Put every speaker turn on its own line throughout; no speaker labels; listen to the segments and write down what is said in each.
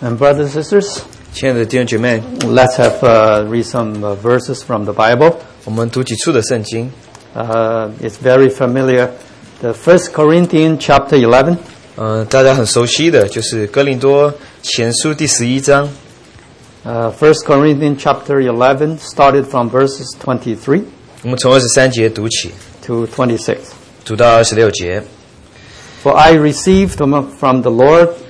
And brothers and sisters,
亲爱的弟兄姐妹，
let's have uh, read some uh, verses from the Bible.
我们读几处的圣经。
Uh, it's very familiar. The First Corinthians chapter 11,
呃，大家很熟悉的就是哥林多前书第十一章，
uh, First Corinthians chapter 11, started from verses 23
我们从二十三节读起，
to 26.
读到二十六节。
For I received from the Lord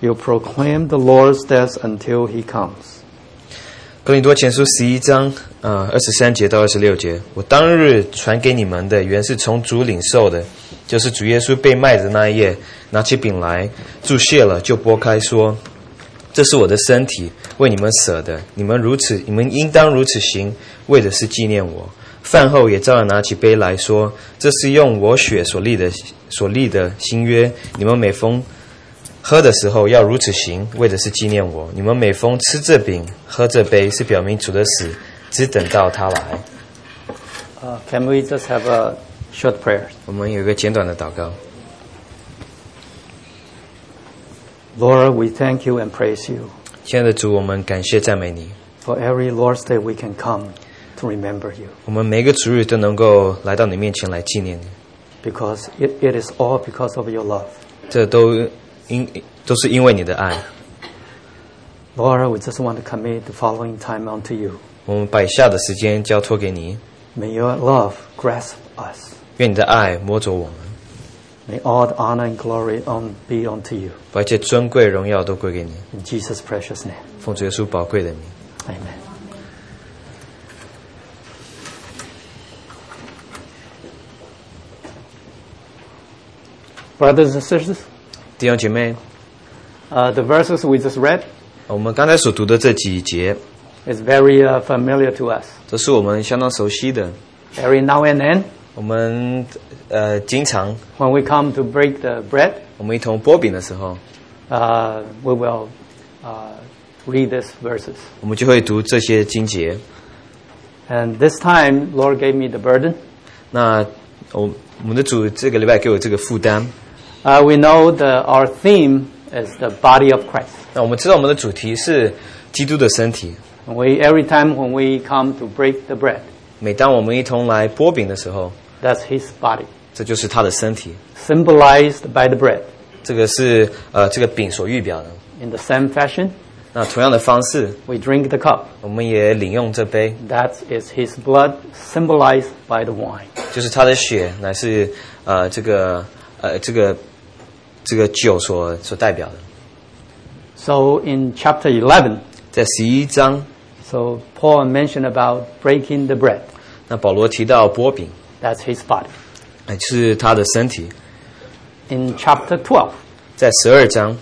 you proclaim the Lord's death until he comes.
哥林多前书十一章，呃，二十三节到二十六节。我当日传给你们的，原是从主领受的，就是主耶稣被卖的那一夜，拿起饼来，注谢了，就拨开说：“这是我的身体，为你们舍的。你们如此，你们应当如此行，为的是纪念我。”饭后也照样拿起杯来说：“这是用我血所立的所立的新约。你们每逢喝的时候要如此行，为的是纪念我。你们每逢吃这饼、喝这杯，是表明主的死，只等到他来。
Uh, can we just have a short prayer?
我们有一个简短的祷告，
Lord, we thank you and praise you.
亲爱的主，我们感谢赞美你。
For every Lord's day we can come to remember you
我们每个主日都能够来到你面前来纪念你，
because it, it is all because of your love.
这都因都是因为你的爱。
Lord, we just want to commit the following time unto you.
我们把以下的时间交托给你，
May your love grasp us.
愿你的爱摸着我们，
May all the honor and glory on, be unto you.
把一切尊贵荣耀都归给你。
In Jesus' precious name.
奉主耶稣宝贵的名。
Amen. Brothers and sisters,
弟兄姐妹，
uh, the verses we just read
我们刚才所读的这几节，
is very uh, familiar to us.
都是我们相当熟悉的。
Every now and then,
我们呃经常
when we come to break the bread,
我们一同剥饼的时候，
uh, we will uh, read these verses.
我们就会读这些经节。
And this time, Lord gave me the burden.
那我我们的主这个礼拜给我这个负担。
Uh, we know the, our theme is the body of Christ.
那我们知道我们的主题是基督的身体。
And we, every time when we come to break the bread,
每当我们一同来剥饼的时候，
That's his body,
这就是他的身体。
symbolized by the bread.
这个是呃这个饼所预表的。
In the same fashion,
那同样的方式，
we drink the cup.
我们也领用这杯，
That is his blood, symbolized by the wine.
就是他的血乃是呃这个呃这个这个酒所所代表的。
So in chapter 11,
在十一章，
so Paul mentioned about breaking the bread.
那保罗提到剥饼，
That's his body.
哎，就是他的身体。
In chapter 12,
在十二章，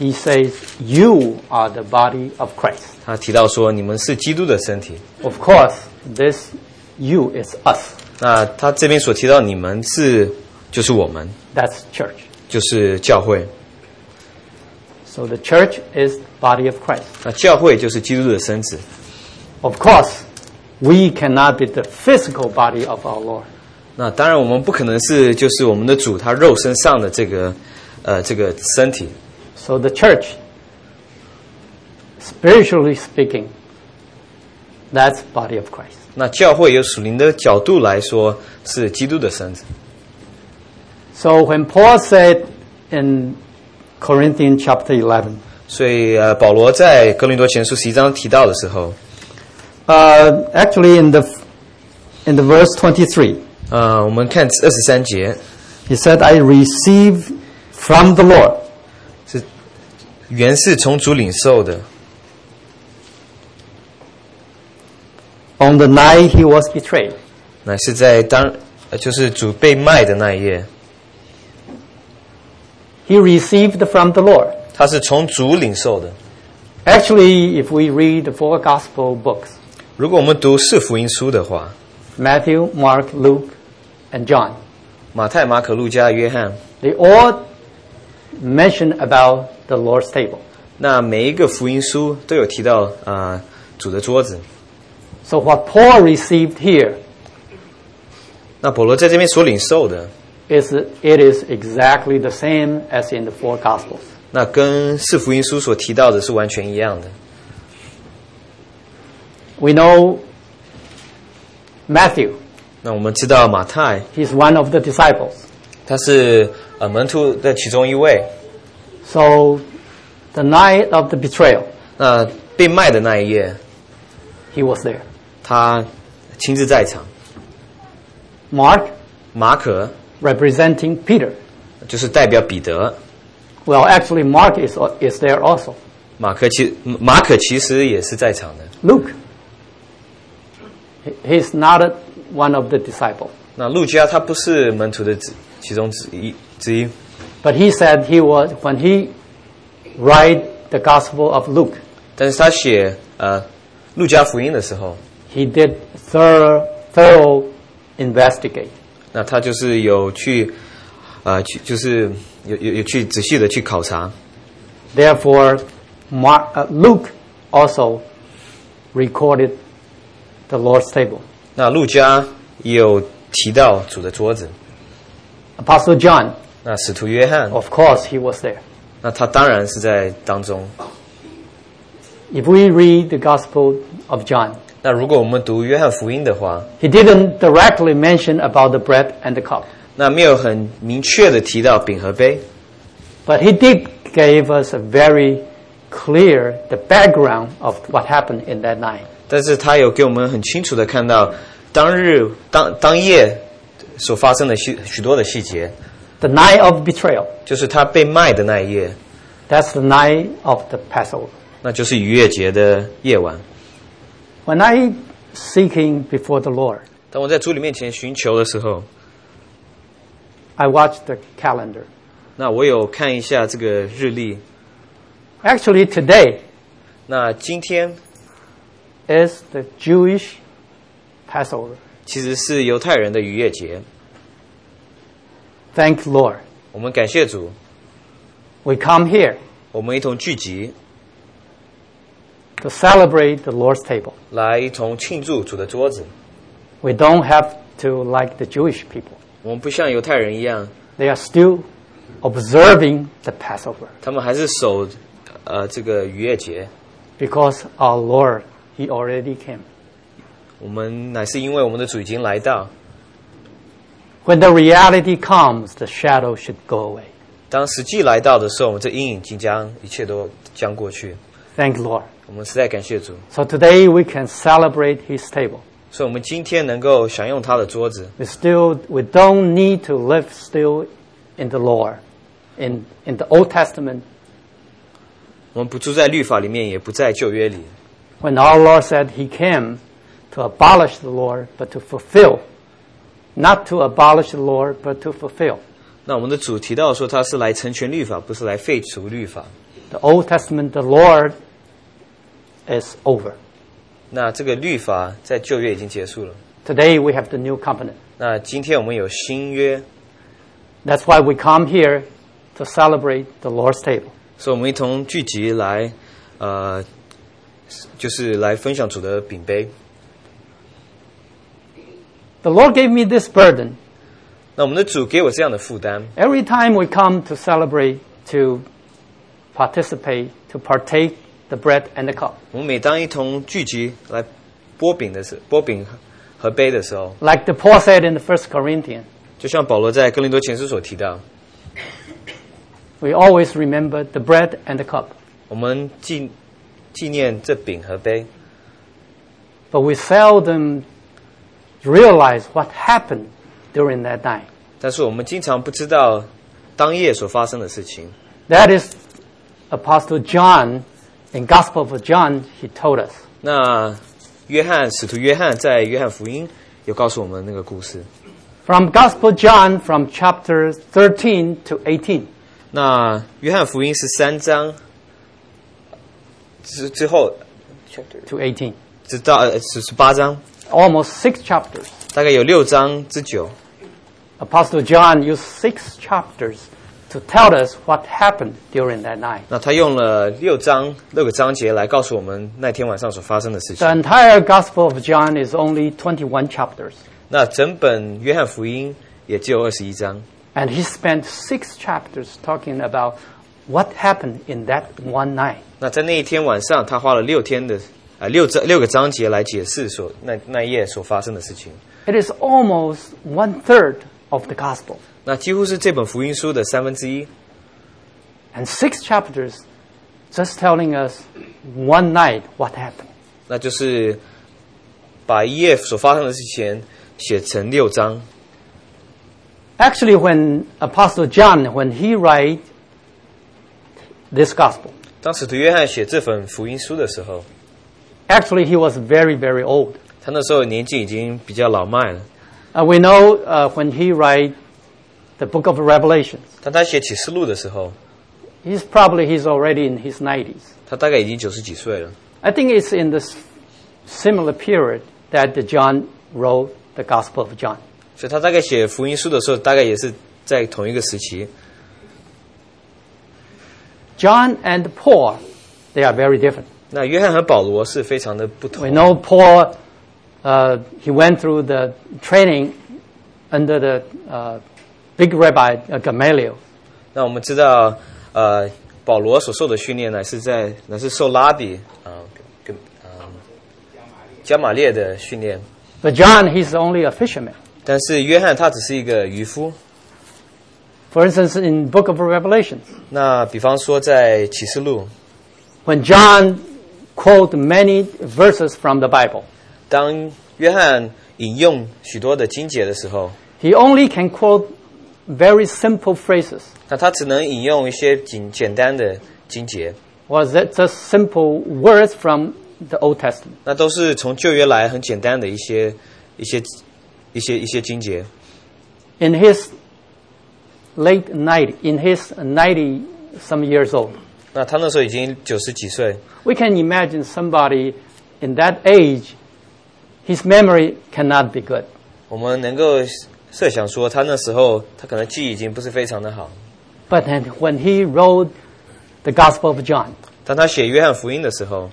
he says, You are the body of Christ.
他提到说，你们是基督的身体。
Of course, this you is us.
那他这边所提到你们是，就是我们，
That's church.
就是教会。
So the church is body of Christ.
那教会就是基督的身子。
Of course, we cannot be the physical body of our Lord.
那当然，我们不可能是就是我们的主他肉身上的这个，呃，这个身体。
So the church, spiritually speaking, that's body of Christ.
那教会由属灵的角度来说是基督的身子。
So when Paul said in Corinthians chapter 11,
所以呃，保罗在哥林多前书十一章提到的时候，
uh, actually in the in the verse 23,
呃，我们看二十三节
he said, "I receive from the Lord."
是原是从主领受的，
On the night he was betrayed,
乃是在当呃就是主被卖的那一夜，
he received from the Lord.
他是从主领受的。
Actually, if we read the four gospel books,
如果我们读四福音书的话，
Matthew, Mark, Luke, and John,
马太、马可、路加、约翰，
they all mention about the Lord's table.
那每一个福音书都有提到啊、呃主的桌子。
So what Paul received here
那保罗在这边所领受的，
is it is exactly the same as in the four gospels.
那跟四福音书所提到的是完全一样的。
We know Matthew,
那我们知道马太
he's one of the disciples.
他是呃门徒的其中一位，
So the night of the betrayal,
那被卖的那一夜，
he was there.
他亲自在场。
Mark,
马可
representing Peter.
就是代表彼得，
Well, actually, Mark is, is there also.
马可其马可其实也是在场的。
Luke, he- he's not a, one of the disciples.
那路加他不是门徒的之其中之一之一，
But he said he was, when he write the Gospel of Luke,
但是他写呃路加福音的时候，
he did thorough, thorough investigate.
那他就是有去呃去就是有有有去仔细的去考察，
Therefore, Mark, uh, Luke also recorded the Lord's table.
那路加也有提到主的桌子。
Apostle John,
那使徒约翰，
of course, he was there.
那他当然是在当中。
If we read the Gospel of John,
那如果我们读约翰福音的话，
he didn't directly mention about the bread and the cup,
那没有很明确的提到饼和杯，
but he did gave us a very clear the background of what happened in that night.
但是他有给我们很清楚的看到当日当当夜所发生的细许多的细节，
The night of betrayal.
就是他被卖的那一夜，
That's the night of the Passover.
那就是逾越节的夜晚。
When I seeking before the Lord,
当我在主里面前寻求的时候，
I watched the calendar.
那我有看一下这个日历。
Actually, today
那今天
is the Jewish Passover.
其实是犹太人的逾越节，
Thank Lord.
我们感谢主，
We come here
我们一同聚集
to celebrate the Lord's table.
来一同庆祝主的桌子。
We don't have to like the Jewish people.
我们不像犹太人一样，
They are still observing the Passover
他们还是守呃这个逾越节。
because our Lord, He already came.
我们乃是因为我们的主已经来到。
When the reality comes, the shadow should go away.
当实际来到的时候，我们这阴影即将一切都将过去。
Thank Lord.
我们实在感谢主，
So today we can celebrate His table.
所以我们今天能够享用他的桌子。
We still, we don't need to live still in the Lord, in, in the Old Testament
我们不住在律法里面，也不在旧约里。
when our Lord said he came to abolish the Lord, but to fulfill. Not to abolish the Lord, but to fulfill.
那我们的主提到说，他是来成全律法，不是来废除律法。
The Old Testament, the Lord is over.
那这个律法在旧约已经结束了。
Today we have the new covenant.
那今天我们有新约，
That's why we come here to celebrate the Lord's table.
所以我们一同聚集来，呃，就是来分享主的饼杯。
The Lord gave me this burden.
那我们的主给我这样的负担，
Every time we come to celebrate, to participate, to partake the bread and the cup.
我们每当一同聚集来剥饼的时，剥饼和杯的时候，
Like the Paul said in the first Corinthians,
就像保罗在哥林多前书所提到，
we always remember the bread and the cup.
我们纪纪念这饼和杯，
But we seldom realize what happened during that night.
但是我们经常不知道当夜所发生的事情。
That is Apostle John in Gospel of John, he told us.
那约翰使徒约翰在约翰福音有告诉我们那个故事。
From Gospel John from chapter 13 to 18.
那约翰福音十三章之之后，
to 18.
直到呃十十八章，
Almost six chapters.
大概有六章之久。
Apostle John used six chapters to tell us what happened during that night.
那他用了六章六个章节来告诉我们那天晚上所发生的事情
The。entire Gospel of John is only 21 chapters,
那整本约翰福音也只有二十一章，
and he spent six chapters talking about what happened in that one night.
那在那一天晚上，他花了六天的啊、呃六章六个章节来解释所那那一夜所发生的事情。
It is almost one third of the Gospel,
那几乎是这本福音书的三分之一。
and six chapters just telling us one night what happened.
那就是把一页所发生的事情写成六章。
Actually, when Apostle John, when he write this Gospel,
当使徒约翰写这本福音书的时候，
actually he was very, very old.
他那时候年纪已经比较老迈了。
Uh, we know uh, when he write the book of Revelations,
当他写启示录的时候，
he's probably he's already in his 90s.
他大概已经九十几岁了。
I think it's in this similar period that the John wrote the Gospel of John.
所以他大概写福音书的时候，大概也是在同一个时期。
John and Paul, they are very different.
那约翰和保罗是非常的不
We
同。
know Paul, uh, he went through the training under the uh, big rabbi uh, Gamaliel.
那我们知道，呃，保罗所受的训练呢，是在乃是受拉比啊跟啊加玛列的训练，
But John, he's only a fisherman.
但是约翰他只是一个渔夫。
For instance, in Book of Revelations,
那比方说在启示录，
when John quote many verses from the Bible,
当约翰引用许多的经节的时候，
he only can quote very simple phrases.
那他只能引用一些简简单的经节，
was that just simple words from the Old Testament.
那都是从旧约来很简单的一些一些一些一些经节。
In his late 90, in his 90 some years old,
那他那时候已经九十几岁，
we can imagine somebody in that age, his memory cannot be good.
我们能够设想说，他那时候他可能记忆已经不是非常的好。
But then when he wrote the Gospel of John,
当他写约翰福音的时候，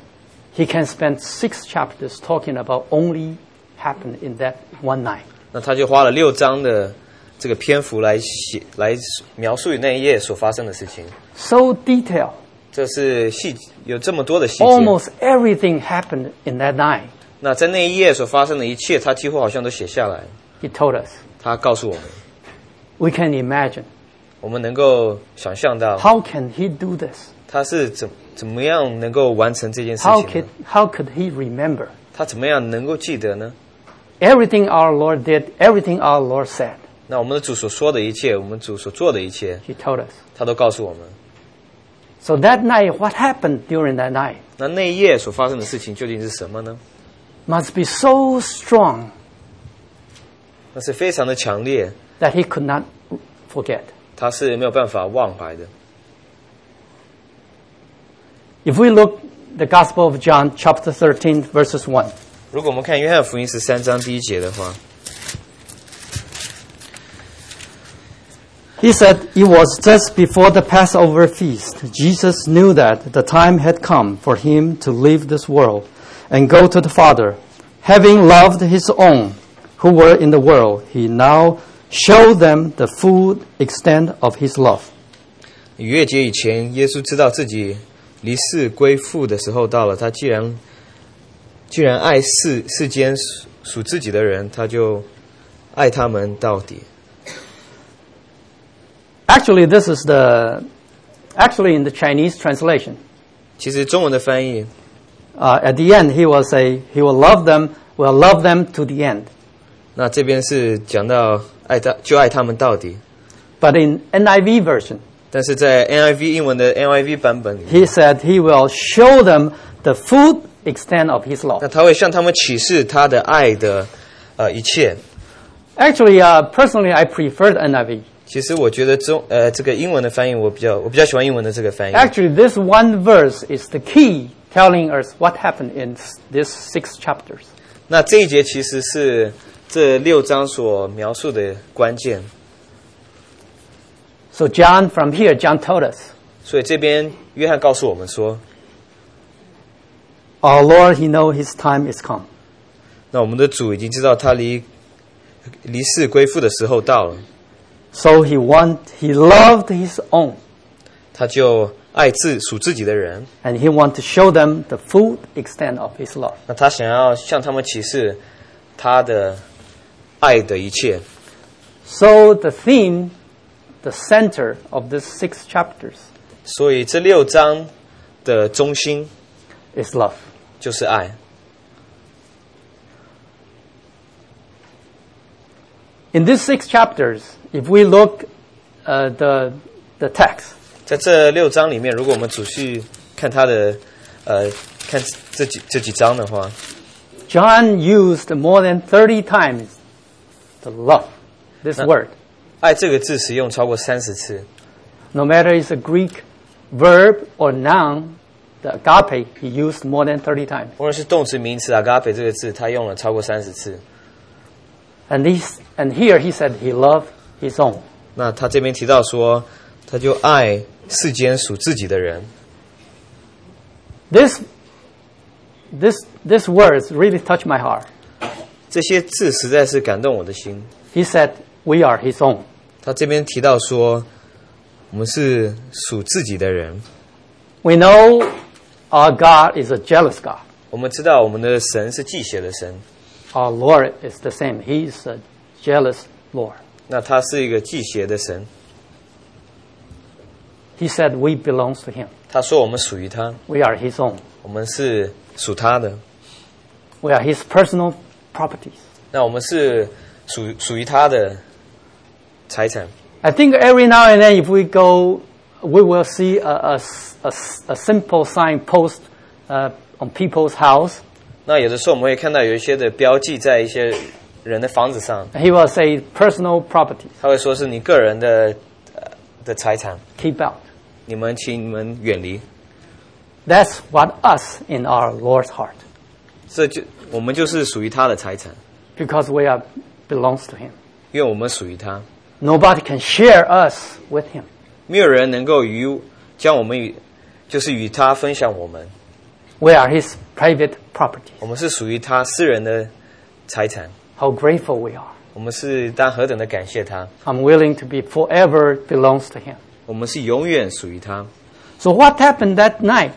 he can spend six chapters talking about only happened in that one night.
那他就花了六章的这个篇幅来写来描述那一夜所发生的事情。
So detailed.
这是细有这么多的细节。
Almost everything happened in that night,
那在那一夜所发生的一切，他几乎好像都写下来。
he told us.
他告诉我们，
We can imagine.
我们能够想象到
How can he do this?
他是怎怎么样能够完成这件事
How
情
could,
呢？
how could he remember?
他怎么样能够记得呢？
Everything our Lord did, everything our Lord said,
那我们的主所说的一切，我们主所做的一切，
he told us.
他都告诉我们。
So that night, what happened during that night
那那一夜所发生的事情究竟是什么呢？
must be so strong
那是非常的强烈，
that he could not forget.
他是没有办法忘怀的。
If we look the Gospel of John, chapter 13, verses 1,
如果我们看约翰福音十三章第一节的话，
he said, It was just before the Passover feast. Jesus knew that the time had come for him to leave this world and go to the Father. Having loved his own who were in the world, he now showed them the full extent of his love.
逾越节以前，耶稣知道自己离世归父的时候到了。他既然既然爱世世间属属自己的人，他就爱他们到底。
Actually, this is the, actually in the Chinese translation,
其实中文的翻译，
uh, at the end, he will say, he will love them, will love them to the end.
那这边是讲到爱他就爱他们到底，
But in NIV version,
但是在 NIV 英文的 NIV 版本里，
He said he will show them the full extent of his
那
love.
他会向他们启示他的爱的呃一切。
Actually, uh, personally, I prefer the NIV.
其实我觉得中呃这个英文的翻译我比较我比较喜欢英文的这个翻译，
哎 Actually, this one verse is the key telling us what happened in s- these six chapters.
那这一节其实是这六章所描述的关键，
So John, from here, John told us,
所以这边约翰告诉我们说，
our Lord, he know his time is come.
那我们的主已经知道他离离世归父的时候到了，
So he want, he loved his own
他就爱自属自己的人，
and he want to show them the full extent of his love.
那他想要向他们启示他的爱的一切。
So the theme, the center of these six chapters
所以这六章的中心
is love.
就是爱。
In these six chapters, if we look uh, the the text,
在这六章里面，如果我们仔细看他的呃看这几这几章的话，
John used more than thirty times the love, this
Uh.
word.
爱这个字使用超过三十次，
No matter it's a Greek verb or noun, the agape he used more than thirty times,
无论是动词、名词 “agape” 这个字，他用了超过三十次。
and these and here he said he loved his own.
那他这边提到说，他就爱世间属自己的人，
This this this words really touched my heart.
这些字实在是感动我的心。
He said we are his own.
他这边提到说，我们是属自己的人。
We know our God is a jealous God.
我们知道我们的神是祭血的神，
Our Lord is the same. He is a jealous Lord.
那他是一个祭血的神。
He said we belongs to him.
他说我们属于他，
We are his own.
我们是属他的。
We are his personal properties.
那我们是属属于他的财产。
I think every now and then if we go, we will see a, a s- a s- a simple sign post uh, on people's house.
那有的时候我们会看到有一些的标记在一些人的房子上，
He will say personal properties,
他会说是你个人的呃的财产，
keep out.
你们请你们远离。
That's what us in our Lord's heart.
这就我们就是属于他的财产，
Because we are belongs to him.
因为我们属于他，
Nobody can share us with him.
没有人能够与将我们与就是与他分享我们，
We are his private property.
我们是属于他私人的财产，
How grateful we are.
我们是当何等的感谢他，
I'm willing to be forever belongs to him.
我们是永远属于他。
So what happened that night?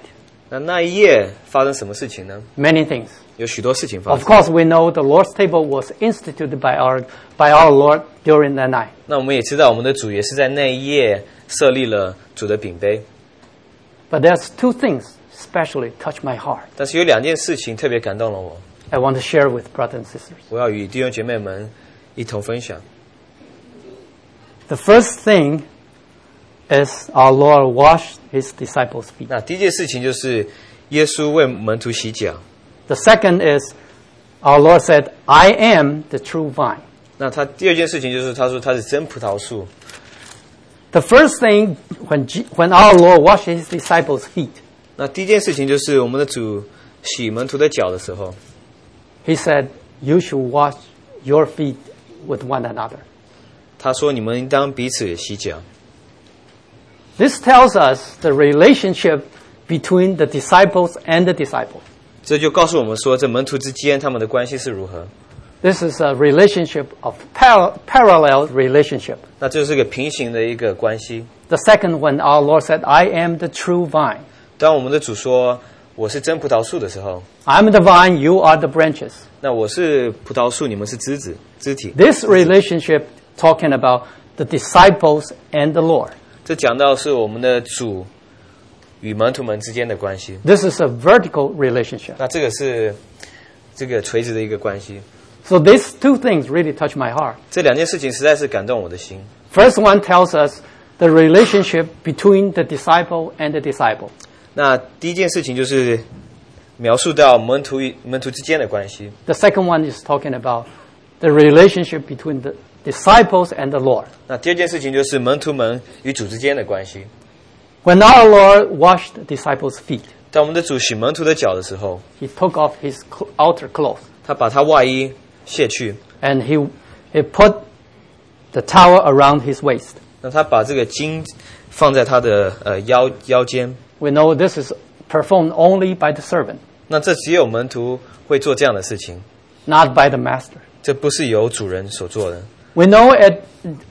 那那一夜发生什么事情呢？哦
Many things.
有许多事情发
Of
生。
course, we know the Lord's table was instituted by our, by our Lord during that night.
那我们也知道，我们的主也是在那一夜设立了主的饼杯。
But there's two things especially touch my heart.
但是有两件事情特别感动了我，
I want to share with brothers and sisters.
我要与弟兄姐妹们一同分享。
The first thing is our Lord washed his disciples' feet.
那第一件事情就是耶稣为门徒洗脚。
The second is our Lord said, I am the true vine.
那他第二件事情就是他说他是真葡萄树。
The first thing when, Je- when our Lord washed his disciples' feet,
那第一件事情就是我们的主洗门徒的脚的时候，
He said, You should wash your feet with one another.
他说你们应当彼此洗脚。
This tells us the relationship between the disciples and the disciples.
这就告诉我们说，这门徒之间他们的关系是如何。
This is a relationship of par- parallel relationship.
那这就是个平行的一个关系。
The second one, our Lord said, I am the true vine.
当我们的主说我是真葡萄树的时候，
I'm the vine, you are the branches.
那我是葡萄树，你们是枝子、肢体。
This relationship talking about the disciples and the Lord.
这讲到是我们的主与门徒们之间的关系。
This is a vertical relationship.
那这个是这个垂直的一个关系。
So these two things really touch my heart.
这两件事情实在是感动我的心。
First one tells us the relationship between the disciple and the disciple.
那第一件事情就是描述到门徒与门徒之间的关系。
The second one is talking about the relationship between the disciples and the Lord.
那第二件事情就是门徒们与主之间的关系。
When our Lord washed the disciples' feet,
当我们的主洗门徒的脚的时候，
he took off his cl- outer clothes
他把他外衣卸去，
and he, he put the towel around his waist.
那他把这个巾放在他的呃腰腰间。
We know this is performed only by the servant,
那这只有门徒会做这样的事情，
not by the master.
这不是由主人所做的。
We know at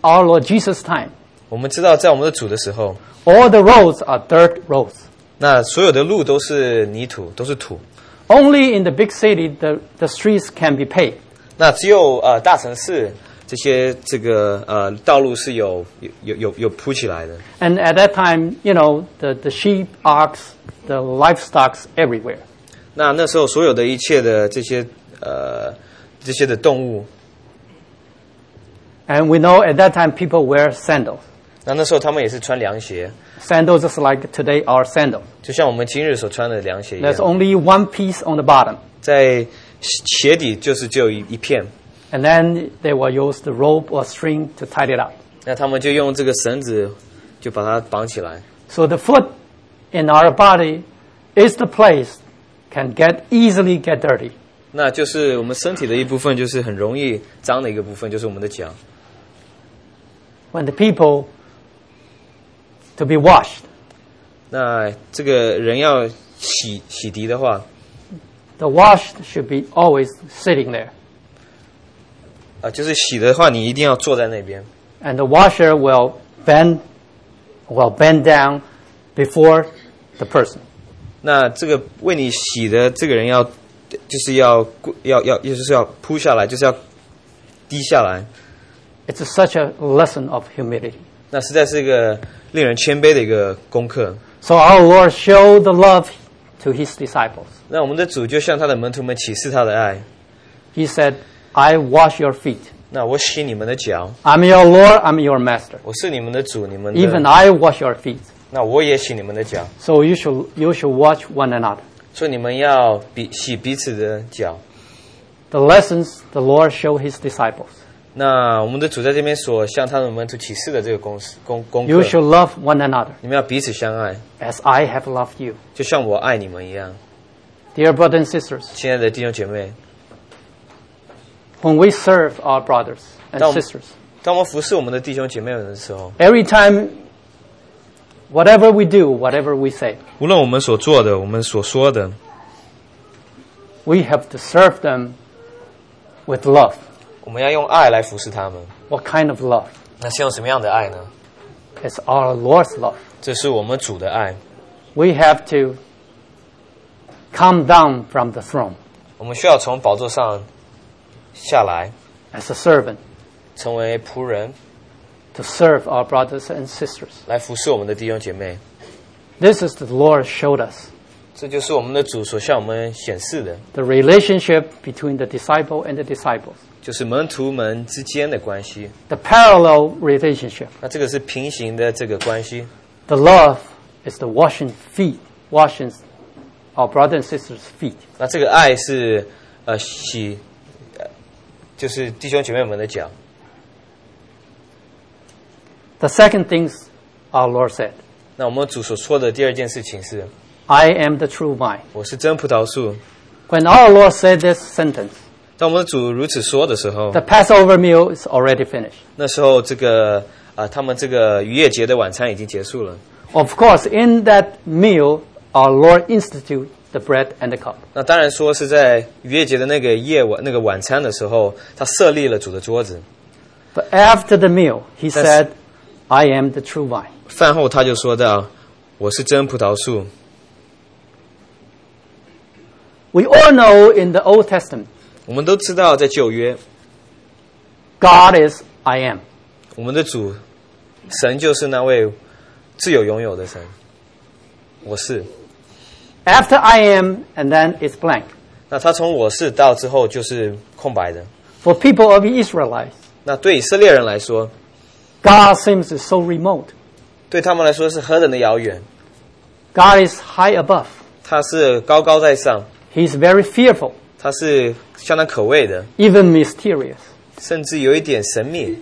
our Lord Jesus' time,
我们知道，在我们的主的时候，
all the roads are dirt roads.
那所有的路都是泥土，都是土。
Only in the big city the, the streets can be paved.
那只有呃大城市这些这个呃道路是有有有有有铺起来的。
And at that time, you know, the, the sheep, ox, the livestock's everywhere.
那那时候所有的一切的这些呃这些的动物，
And we know at that time people wear sandals.
那那时候他们也是穿凉鞋，
Sandals is like today our sandals.
就像我们今日所穿的凉鞋一
There's
样，
only one piece on the bottom.
在鞋底就是只有一一片。
And then they will use the rope or string to tie it up.
那他们就用这个绳子就把它绑起来。
So the foot in our body is the place can get easily get dirty.
那就是我们身体的一部分，就是很容易脏的一个部分，就是我们的脚。
When the people to be washed,
那这个人要洗洗涤的话，
the washed should be always sitting there.
啊、就是洗的话，你一定要坐在那边。
and the washer will bend will bend down before the person.
那这个为你洗的这个人要，就是要跪要要，就是要扑下来，就是要低下来。
It's such a lesson of humility.
那实在是一个令人谦卑的一个功课。
So our Lord showed the love to his disciples.
那我们的主就向他的门徒们启示他的爱。
He said, "I wash your feet.
那我洗你们的脚，
I'm your Lord, I'm your master.
我是你们的主，你们
Even
的。
I wash your feet."
那我也洗你们的脚，
So you should you should wash one another.
所以你们要彼洗彼此的脚。
The lessons the Lord showed his disciples.
那我们的主在这边所向他的门徒启示的这个公式公功
You
课，
should love one another
你们要彼此相爱，
as I have loved you.
就像我爱你们一样。
Dear brothers and sisters,
亲爱的弟兄姐妹，
when we serve our brothers and
Don't-
sisters,
当我们服侍我们的弟兄姐妹们的时候，
Every time, whatever we do, whatever we say,
无论我们所做的，我们所说的，
we have to serve them with love.
我们要用爱来服侍他们。
What kind of love?
那是用什么样的爱呢？
It's our Lord's love.
这是我们主的爱。
We have to come down from the throne
我们需要从宝座上下来，
as a servant
成为仆人，
to serve our brothers and sisters.
来服侍我们的弟兄姐妹。
This is the Lord showed us
这就是我们的主所向我们显示的，
the relationship between the disciple and the disciples,
就是门徒们之间的关系。
the parallel relationship.
那这个是平行的这个关系。
The love is the washing feet, washing our brothers and sisters' feet.
那这个爱是呃洗，呃就是弟兄姐妹们的脚。
The second things our Lord said,
那我们主所说的第二件事情是，
I am the true vine.
我是真葡萄树。
When our Lord said this sentence,
当我们主如此说的时候
the，Passover meal is already finished.
那时候这个啊、呃他们这个逾越节的晚餐已经结束了。
Of course, in that meal, our Lord instituted the bread and the cup.
那当然说是在逾越节的那个夜晚那个晚餐的时候，他设立了主的桌子。
But after the meal, he
That's-
said, I am the true vine.
饭后他就说到：“我是真葡萄树。
We all know in the Old Testament, ”
我们都知道，在旧约，
God is I am.
我们的主神就是那位自有拥有的神。我是，
After I am, and then it's blank.
那他从我是到之后就是空白的。
For people of Israelites,
那对以色列人来说，
God seems so remote.
对他们来说是何等的遥远。
God is high above.
他是高高在上，
He's very fearful,
他是相当可畏的，
even mysterious.
甚至有一点神秘。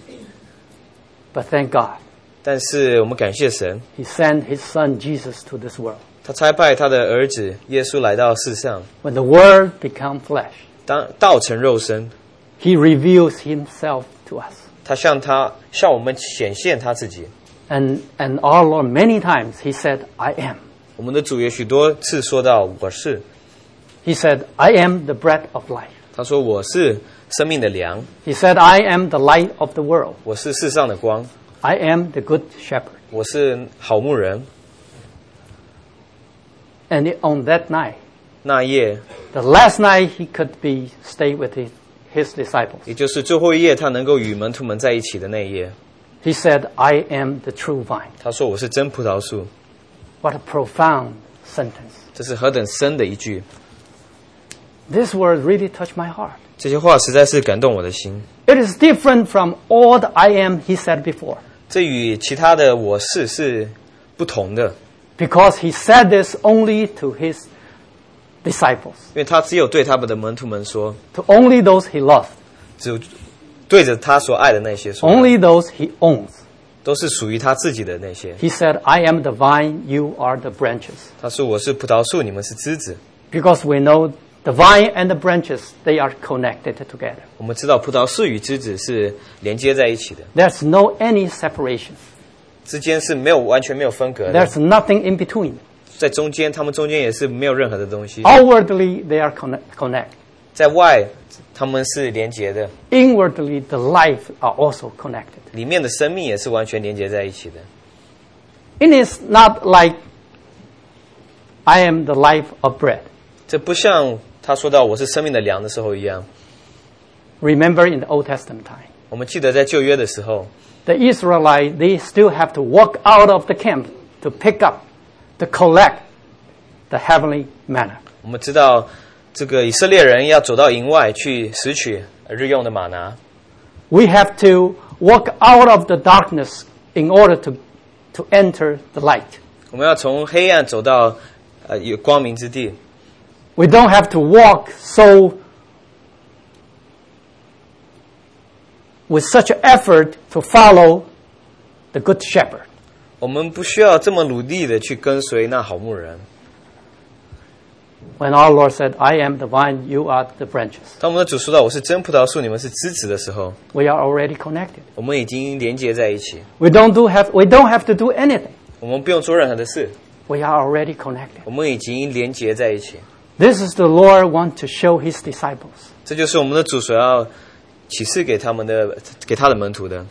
But thank God,
但是我们感谢神，
He sent His Son Jesus to this world.
他差派他的儿子耶稣来到世上，
When the Word became flesh,
当道成肉身，
He reveals Himself to us.
他向他向我们显现他自己。
And, and our Lord, many times, He said, I am.
我们的主也许多次说到：“我是。
He said, I am the bread of life. ”
他说：“我是生命的粮，
He said, I am the light of the world.
我是世上的光，
I am the good shepherd.
我是好牧人。
And it- on that night, ”
那夜，
the last night he could be stay with his, his disciples,
也就是最后一夜，他能够与门徒们在一起的那一夜，
he said, I am the true vine.
他说：“我是真葡萄树。
What a profound sentence. ”
这是何等深的一句！
This word really touched my heart.
这些话实在是感动我的心。
It is different from all the I am he said before.
这与其他的“我是”是不同的，
Because he said this only to his disciples,
因为他只有对他们的门徒们说，
to only those he loved,
只有对着他所爱的那些说，
only those he owns.
都是属于他自己的那些。
He said, I am the vine, you are the branches.
他说：“我是葡萄树，你们是枝子。
Because we know the vine and the branches, they are connected together. ”
我们知道葡萄树与枝子是连接在一起的，
There's no any separation.
之间是没有完全没有分隔的，
There's nothing in between.
在中间，他们中间也是没有任何的东
Oh.
西，
Outwardly, they are connect. connect.
在外他们是连接的，
Inwardly, the life are also connected.
里面的生命也是完全连接在一起的。
It is not like I am the life of bread.
这不像他说到“我是生命的粮”的时候一样。
Remember in the Old Testament time,
我们记得在旧约的时候，
the Israelites, they still have to walk out of the camp to pick up, to collect the heavenly manna.
我们知道这个以色列人要走到营外去拾取日用的玛拿，
We have to walk out of the darkness in order to, to enter the light.
我们要从黑暗走到呃有光明之地。
We don't have to walk so with such an effort to follow the good shepherd.
我们不需要这么努力的去跟随那好牧人。
When our Lord said, I am the vine, you are the branches.
当我们的主说到“我是真葡萄树，你们是枝子”的时候，
We are already connected.
我们已经连接在一起，
We don't do have we don't have to do anything.
我们不用做任何的事，
We are already connected.
我们已经连接在一起。
This is the Lord want to show his disciples.
这就是我们的主所要启示给他们的、给他的门徒的。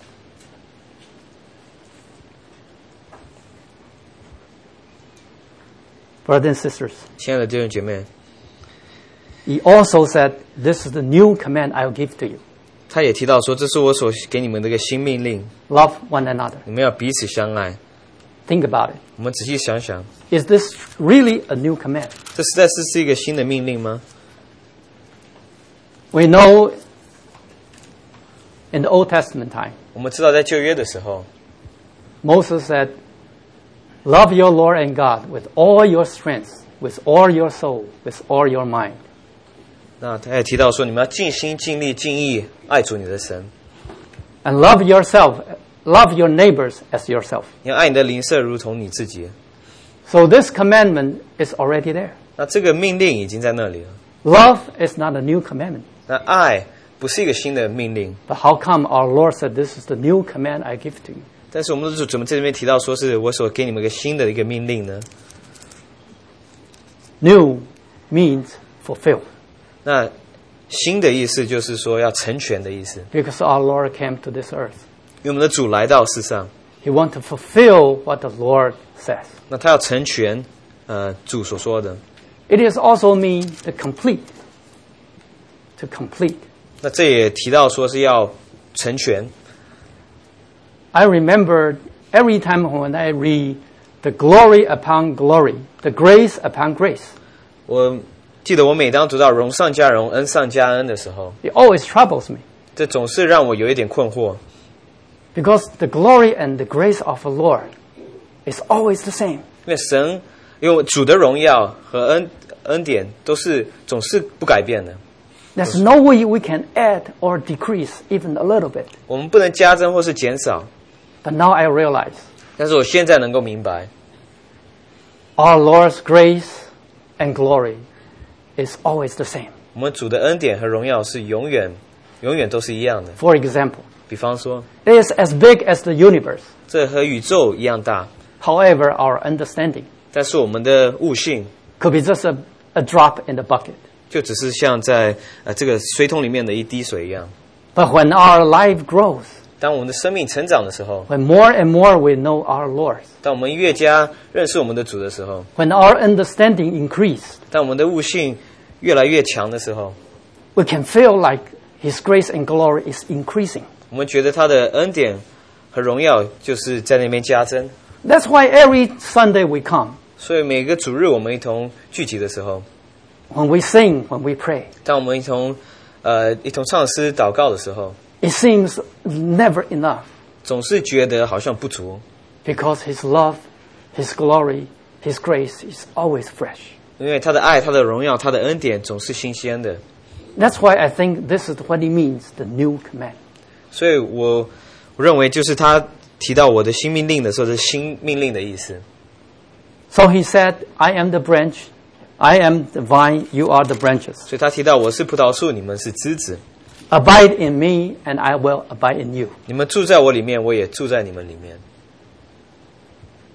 Brothers and sisters.
亲爱的弟兄姐妹，
He also said, This is the new command I'll give to you.
他也提到说：“这是我所给你们的一个新命令，
Love one another.
你们要彼此相爱。
Think about it. ”
我们仔细想想，
Is this really a new command?
这实在是是一个新的命令吗？
We know in the Old Testament time,
我们知道，在旧约的时候，
Moses said, Love your Lord and God with all your strength, with all your soul, with all your mind.
那他也提到说，你们要尽心、尽力、尽意爱主你的神，
And love yourself, love your neighbors as yourself.
你要爱你的邻舍如同你自己。
So this commandment is already there.
那这个命令已经在那里了。
Love is not a new commandment.
那爱不是一个新的命令，
But how come our Lord said, This is the new command I give to you?
但是我们的主怎么这里面提到说是我所给你们一个新的一个命令呢？
New means fulfill.
那新的意思就是说要成全的意思，
Because our Lord came to this earth.
因为我们的主来到世上，
He wants to fulfill what the Lord says.
那他要成全，呃，主所说的。
It is also mean the complete. To complete.
那这也提到说是要成全，
I remember every time when I read the glory upon glory, the grace upon grace,
我记得我每当读到“荣上加荣，恩上加恩”的时候，
it always troubles me.
这总是让我有一点困惑，
Because the glory and the grace of the Lord is always the same.
因为神，因为主的荣耀和恩恩典都是总是不改变的，
There's no way we can add or decrease even a little bit.
我们不能加增或是减少。
The But now I realize
但是我现在能够明白，
our Lord's grace and glory is always the same.
我们主的恩典和荣耀是永远、永远都是一样的。
For example,
比方说，
it is as big as the universe.
这和宇宙一样大，
However, our understanding
但是我们的悟性
could be just a, a drop in the bucket.
就只是像在呃这个水桶里面的一滴水一样。
But when our life grows,
当我们的生命成长的时候，
when more and more we know our Lord,
当我们越加认识我们的主的时候，
when our understanding increased,
当我们的悟性越来越强的时候，
we can feel like His grace and glory is increasing.
我们觉得他的恩典和荣耀就是在那边加增。
That's why every Sunday we come,
所以每个主日我们一同聚集的时候，
when we sing, when we pray,
当我们一同呃一同唱诗祷告的时候，
it seems never enough
总是觉得好像不足，
because His love, His glory, His grace is always fresh.
因为他的爱、他的荣耀、他的恩典总是新鲜的。
That's why I think this is what He means the new command.
所以我我认为就是他提到我的新命令的时候，是新命令的意思。
So He said, I am the branch, I am the vine, you are the branches.
所以他提到我是葡萄树，你们是枝子，
Abide in me, and I will abide in you.
你们住在我里面，我也住在你们里面，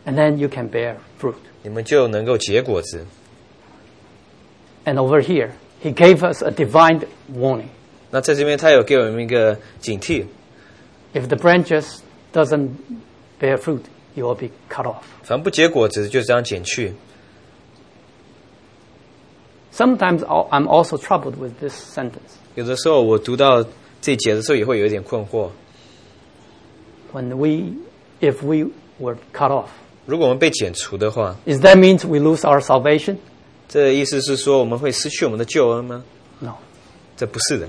And then you can bear fruit.
你们就能够结果子。
And over here, He gave us a divine warning.
那在这边他有给我们一个警惕，
If the branches doesn't bear fruit, you will be cut off.
凡不结果子就这样剪去。
Sometimes I'll- I'm also troubled with this sentence.
有的时候我读到这一节的时候也会有一点困惑：
When we, if we were cut off,
如果我们被剪除的话，
is that means we lose our salvation?
这意思是说我们会失去我们的救恩吗？
No.
这不是的。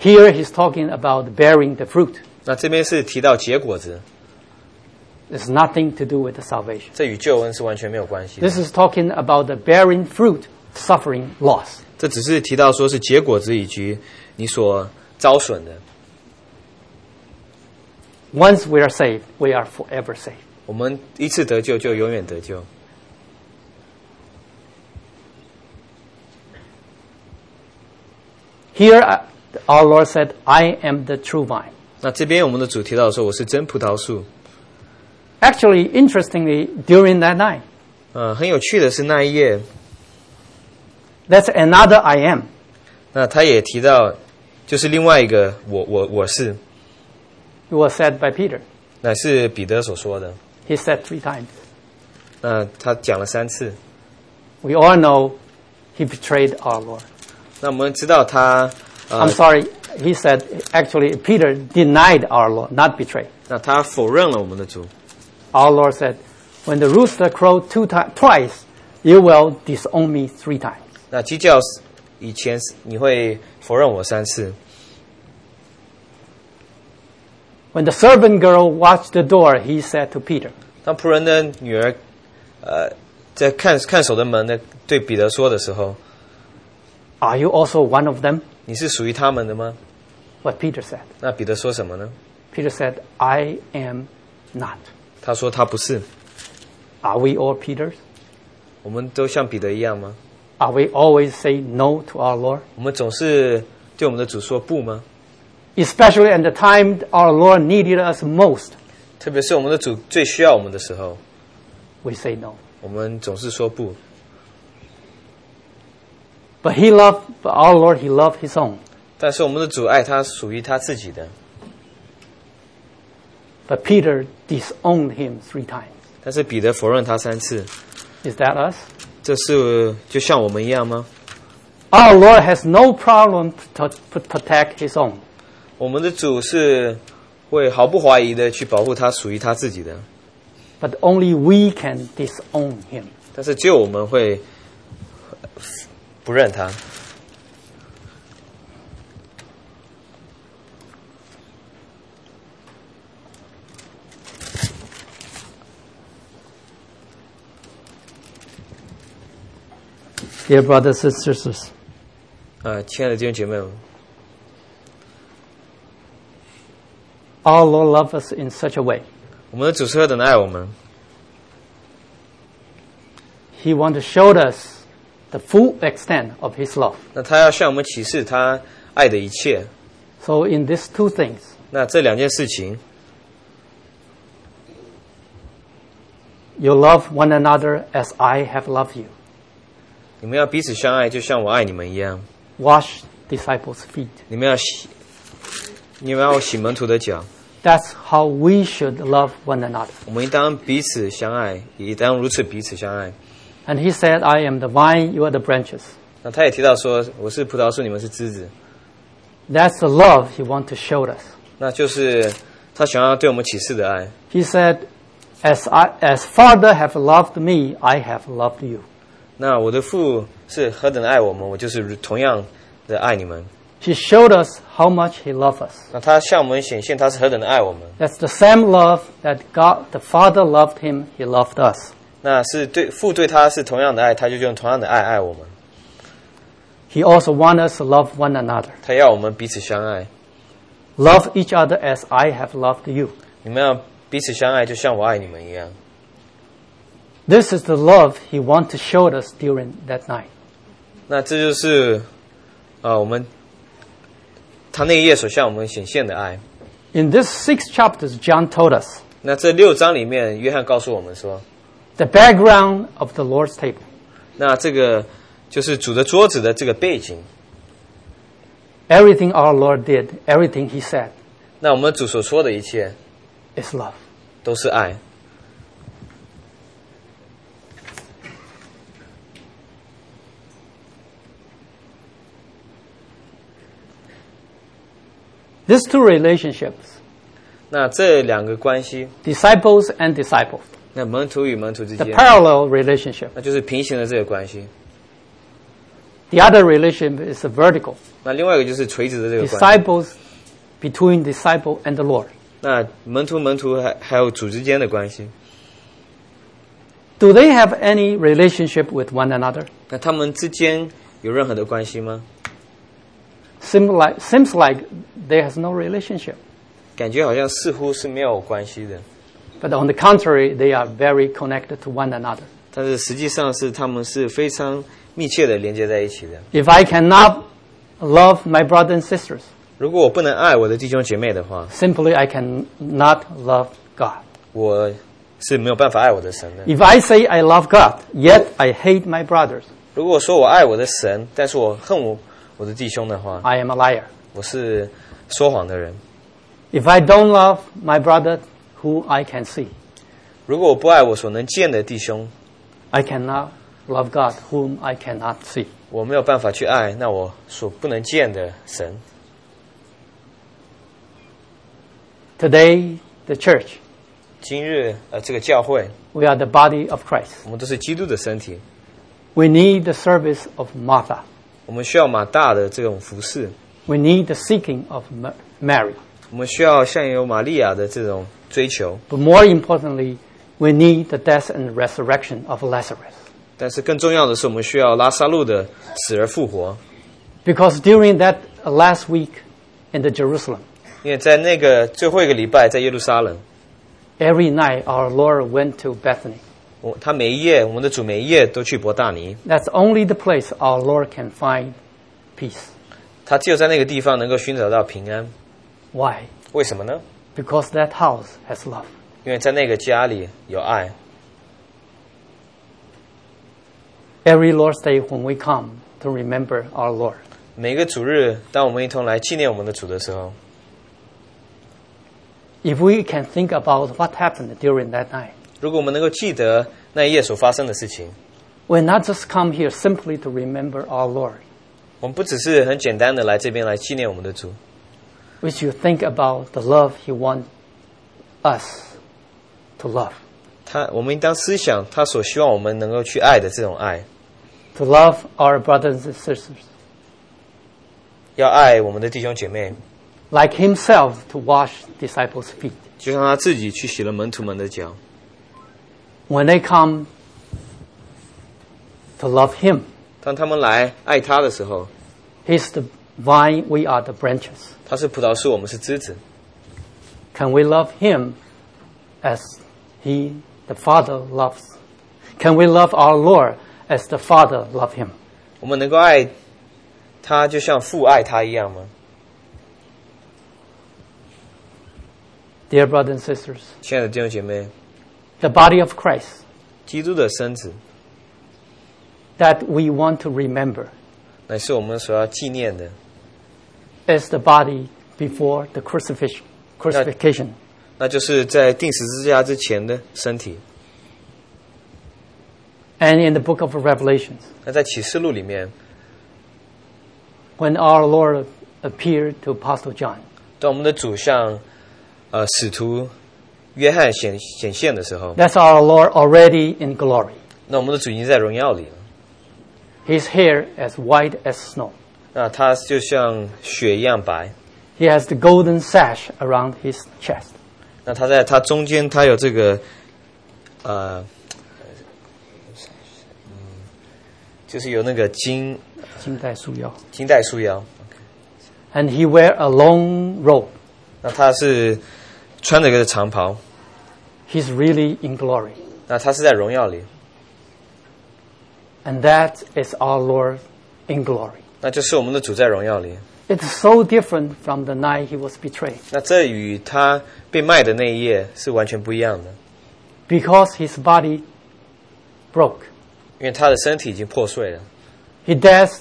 Here he's talking about bearing the fruit.
那这边是提到结果子，
It's nothing to do with the salvation.
这与救恩是完全没有关系的。
This is talking about the bearing fruit, suffering, loss.
这只是提到说是结果子以及你所遭损的。
Once we are saved, we are forever saved.
我们一次得救就永远得救。
Here uh, our Lord said, I am the true vine.
那这边我们的主提到说我是真葡萄树。
Actually, interestingly, during that night,
呃，很有趣的是那一页，
that's another I am.
那他也提到，就是另外一个我我我是，
It was said by Peter.
乃是彼得所说的。
He said three times.
那他讲了三次。
We all know he betrayed our Lord.
那我们知道他，呃
I'm，sorry, he said, actually, Peter denied our Lord, not betrayed.
那他否认了我们的主。
Our Lord said, When the rooster crows two ti- twice, you will disown me three times.
那鸡叫以前你会否认我三次。
When the servant girl watched the door, he said to Peter,
当仆人的女儿，呃，在看看守的门呢，对彼得说的时候，
Are you also one of them?
你是属于他们的吗？
What Peter said.
那彼得说什么呢？
Peter said, I am not.
他说他不是。
Are we all Peters?
我们都像彼得一样吗？
Are we always say no to our Lord?
我们总是对我们的主说不吗？
Especially at the time our Lord needed us most,
特别是我们的主最需要我们的时候，
we say no.
我们总是说不。
But he loved, but our Lord, he loved his own.
但是我们的主爱他属于他自己的，
But Peter disowned him three times.
但是彼得否认他三次，
Is that us?
这是就像我们一样吗？
Our Lord has no problem to to protect his own.
我们的主是会毫不怀疑的去保护他属于他自己的，
But only we can disown him.
但是只有我们会呃不认他。
Dear brothers and sisters,
呃，亲爱的弟兄姐妹，
our Lord loves us in such a way.
我们的主是何等地爱我们，
He wants to show us the full extent of His love.
那他要向我们启示他爱的一切。
So in these two things,
那这两件事情，
you love one another as I have loved you.
你们要彼此相爱，就像我爱你们一样。
Wash disciples' feet.
你们要洗，你们要洗门徒的脚。
That's how we should love one another.
我们应当彼此相爱，也应当如此彼此相爱。
And he said, I am the vine, you are the branches.
那他也提到说，我是葡萄树，你们是枝子。
That's the love he wants to show us.
那就是他想要对我们启示的爱。
He said, as, I, as Father have loved me, I have loved you.
那我的父是何等的爱我们，我就是如同样的爱你们。
He showed us how much he loved us.
那他向我们显现他是何等的爱我们，
That's the same love that God, the Father loved him, he loved us.
那是对父对他是同样的爱，他就用同样的爱爱我们。
He also wants us to love one another.
他要我们彼此相爱，
Love each other as I have loved you.
你们要彼此相爱，就像我爱你们一样。
This is the love he wants to show us during that night.
那这就是啊、呃我们他那一页所向我们显现的爱。
In these six chapters, John told us
那这六章里面，约翰告诉我们说，
the background of the Lord's table.
那这个就是主的桌子的这个背景。
Everything our Lord did, everything he said,
那我们主所说的一切
is love.
都是爱。
These two relationships,
那这两个关系，
disciples and disciple,
那门徒与门徒之
the
间，
parallel relationship.
那就是平行的这个关系。
The other relationship is the vertical,
那另外一个就是垂直的这个关系。
disciples between disciple and the Lord.
那门徒门徒还还有主之间的关系，
Do they have any relationship with one another?
那他们之间有任何的关系吗？
Seems like, seems like there has no relationship.
感觉好像似乎是没有关系的，
But on the contrary, they are very connected to one another.
但是实际上是他们是非常密切的连接在一起的。
If I cannot love my brothers and sisters,
如果我不能爱我的弟兄姐妹的话，
simply I cannot love God.
我是没有办法爱我的神的。
If I say I love God, yet I hate my brothers,
如果我说我爱我的神，但是我恨我我的弟兄的话，
I am a liar.
我是说谎的人。
If I don't love my brother who I can see,
如果我不爱我所能见的弟兄，
I cannot love God whom I cannot see.
我没有办法去爱那我所不能见的神。
Today, the church,
今日呃，这个教会，
we are the body of Christ.
我们都是基督的身体，
We need the service of Martha.
我们需要马大的这种服饰，
We need the seeking of Ma- Mary.
我们需要像有玛利亚的这种追求，
But more importantly, we need the death and resurrection of Lazarus.
但是更重要的是，我们需要拉萨路的死而复活，
Because during that last week in the Jerusalem,
因为在那个最后一个礼拜，在耶路撒冷，
every night our Lord went to Bethany.
我他每一夜，我们的主每一夜都去伯大尼，
That's only the place our Lord can find peace.
他只有在那个地方能够寻找到平安。
Why?
为什么呢？
Because that house has love.
因为在那个家里有爱。
Every Lord's Day when we come to remember our Lord.
每个主日，当我们一同来纪念我们的主的时候，
If we can think about what happened during that night,
如果我们能够记得那一夜所发生的事情，
we're not just come here simply to remember our Lord.
我们不只是很简单的来这边来纪念我们的主，
We should think about the love He wants us to love.
他我们应当思想他所希望我们能够去爱的这种爱，
To love our brothers and sisters.
要爱我们的弟兄姐妹，
like himself to wash disciples' feet.
就像他自己去洗了门徒们的脚。
When they come to love him,
当他们来爱他的时候，
he's the vine, we are the branches.
他是葡萄树，我们是枝子，
Can we love him as he, the Father, loves? Can we love our Lord as the Father loved him?
我们能够爱他，就像父爱他一样吗？
Dear brothers and sisters,
亲爱的弟兄姐妹，
the body of Christ
基督的身子
that we want to remember
乃是我们所要纪念的，
is the body before the crucifixion. crucifixion.
那就是在定十字架之前的身体。
And in the book of Revelations,
那在启示录里面，
when our Lord appeared to Apostle John,
当我们的主向呃使徒约翰显显现的时候，
that's our Lord already in glory.
那我们的主已经在荣耀里了。
His hair as white as snow.
那他就像雪一样白。
He has the golden sash around his chest.
那他在他中间，他有这个呃，嗯就是有那个金
金带束腰.
金带束腰。
And he wear a long robe.
那他是穿着一个长袍，
He's really in glory.
那他是在荣耀里，
And that is our Lord in glory.
那就是我们的主在荣耀里。
It's so different from the night he was betrayed
那这与他被卖的那一夜是完全不一样的，
because his body broke.
因为他的身体已经破碎了，
He death,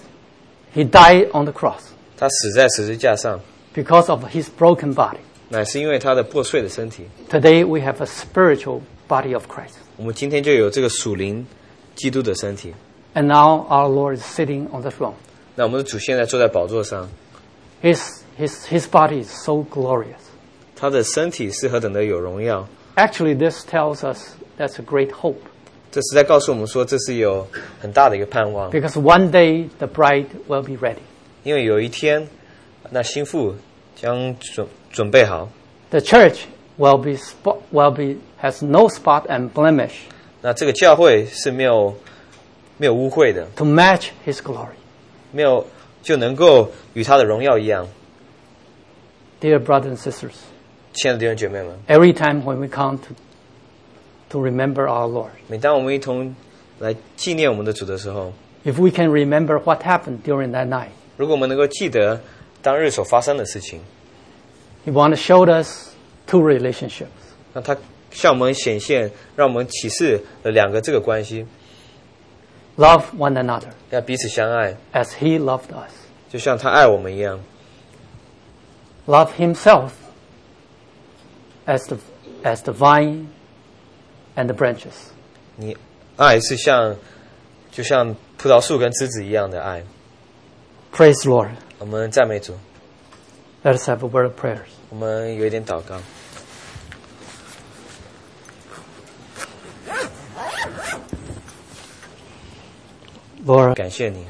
he died on the cross
他死在十字架上，
because of his broken body.
乃是因为他的破碎的身体。
Today we have a spiritual body of Christ.
我们今天就有这个属灵基督的身体。
And now our Lord is sitting on the throne.
那我们的主现在坐在宝座上，
His, his, his body is so glorious.
他的身体是何等的有荣耀。
Actually, this tells us that's a great hope
这是在告诉我们说，这是有很大的一个盼望，
because one day the bride will be ready.
因为有一天，那心腹将准准备好，
The church will be, spot, will be has no spot and blemish
那这个教会是没有没有污秽的，
to match his glory.
没有就能够与他的荣耀一样。
Dear brothers and sisters,
亲爱的弟兄姐妹们，
every time when we come to, to remember our Lord,
每当我们一同来纪念我们的主的时候，
if we can remember what happened during that night,
如果我们能够记得当日所发生的事情，
He wants to show us two relationships.
那他向我们显现，让我们启示了两个这个关系，
Love one another
要彼此相爱，
as He loved us.
就像他爱我们一样。
Love Himself as the, as the vine and the branches.
你爱是像，就像葡萄树跟枝子一样的爱。
Praise the Lord.
我们赞美主，
Let us have a word of prayers.
我们有一点祷告。
Lord,
感谢你，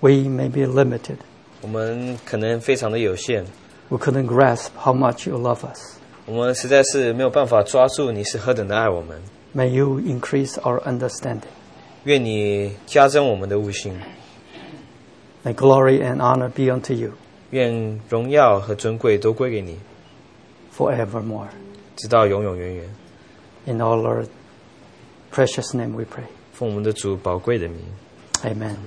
we may be limited.
我们可能非常的有限，
We couldn't grasp how much you love us.
我们实在是没有办法抓住你是何等的爱我们。
May you increase our understanding.
愿你加增我们的悟性，
May glory and honor be unto you
愿荣耀和尊贵都归给你，
forevermore.
直到永永远远。
In our Lord, precious name we pray.
奉我们的主宝贵的名。
Amen.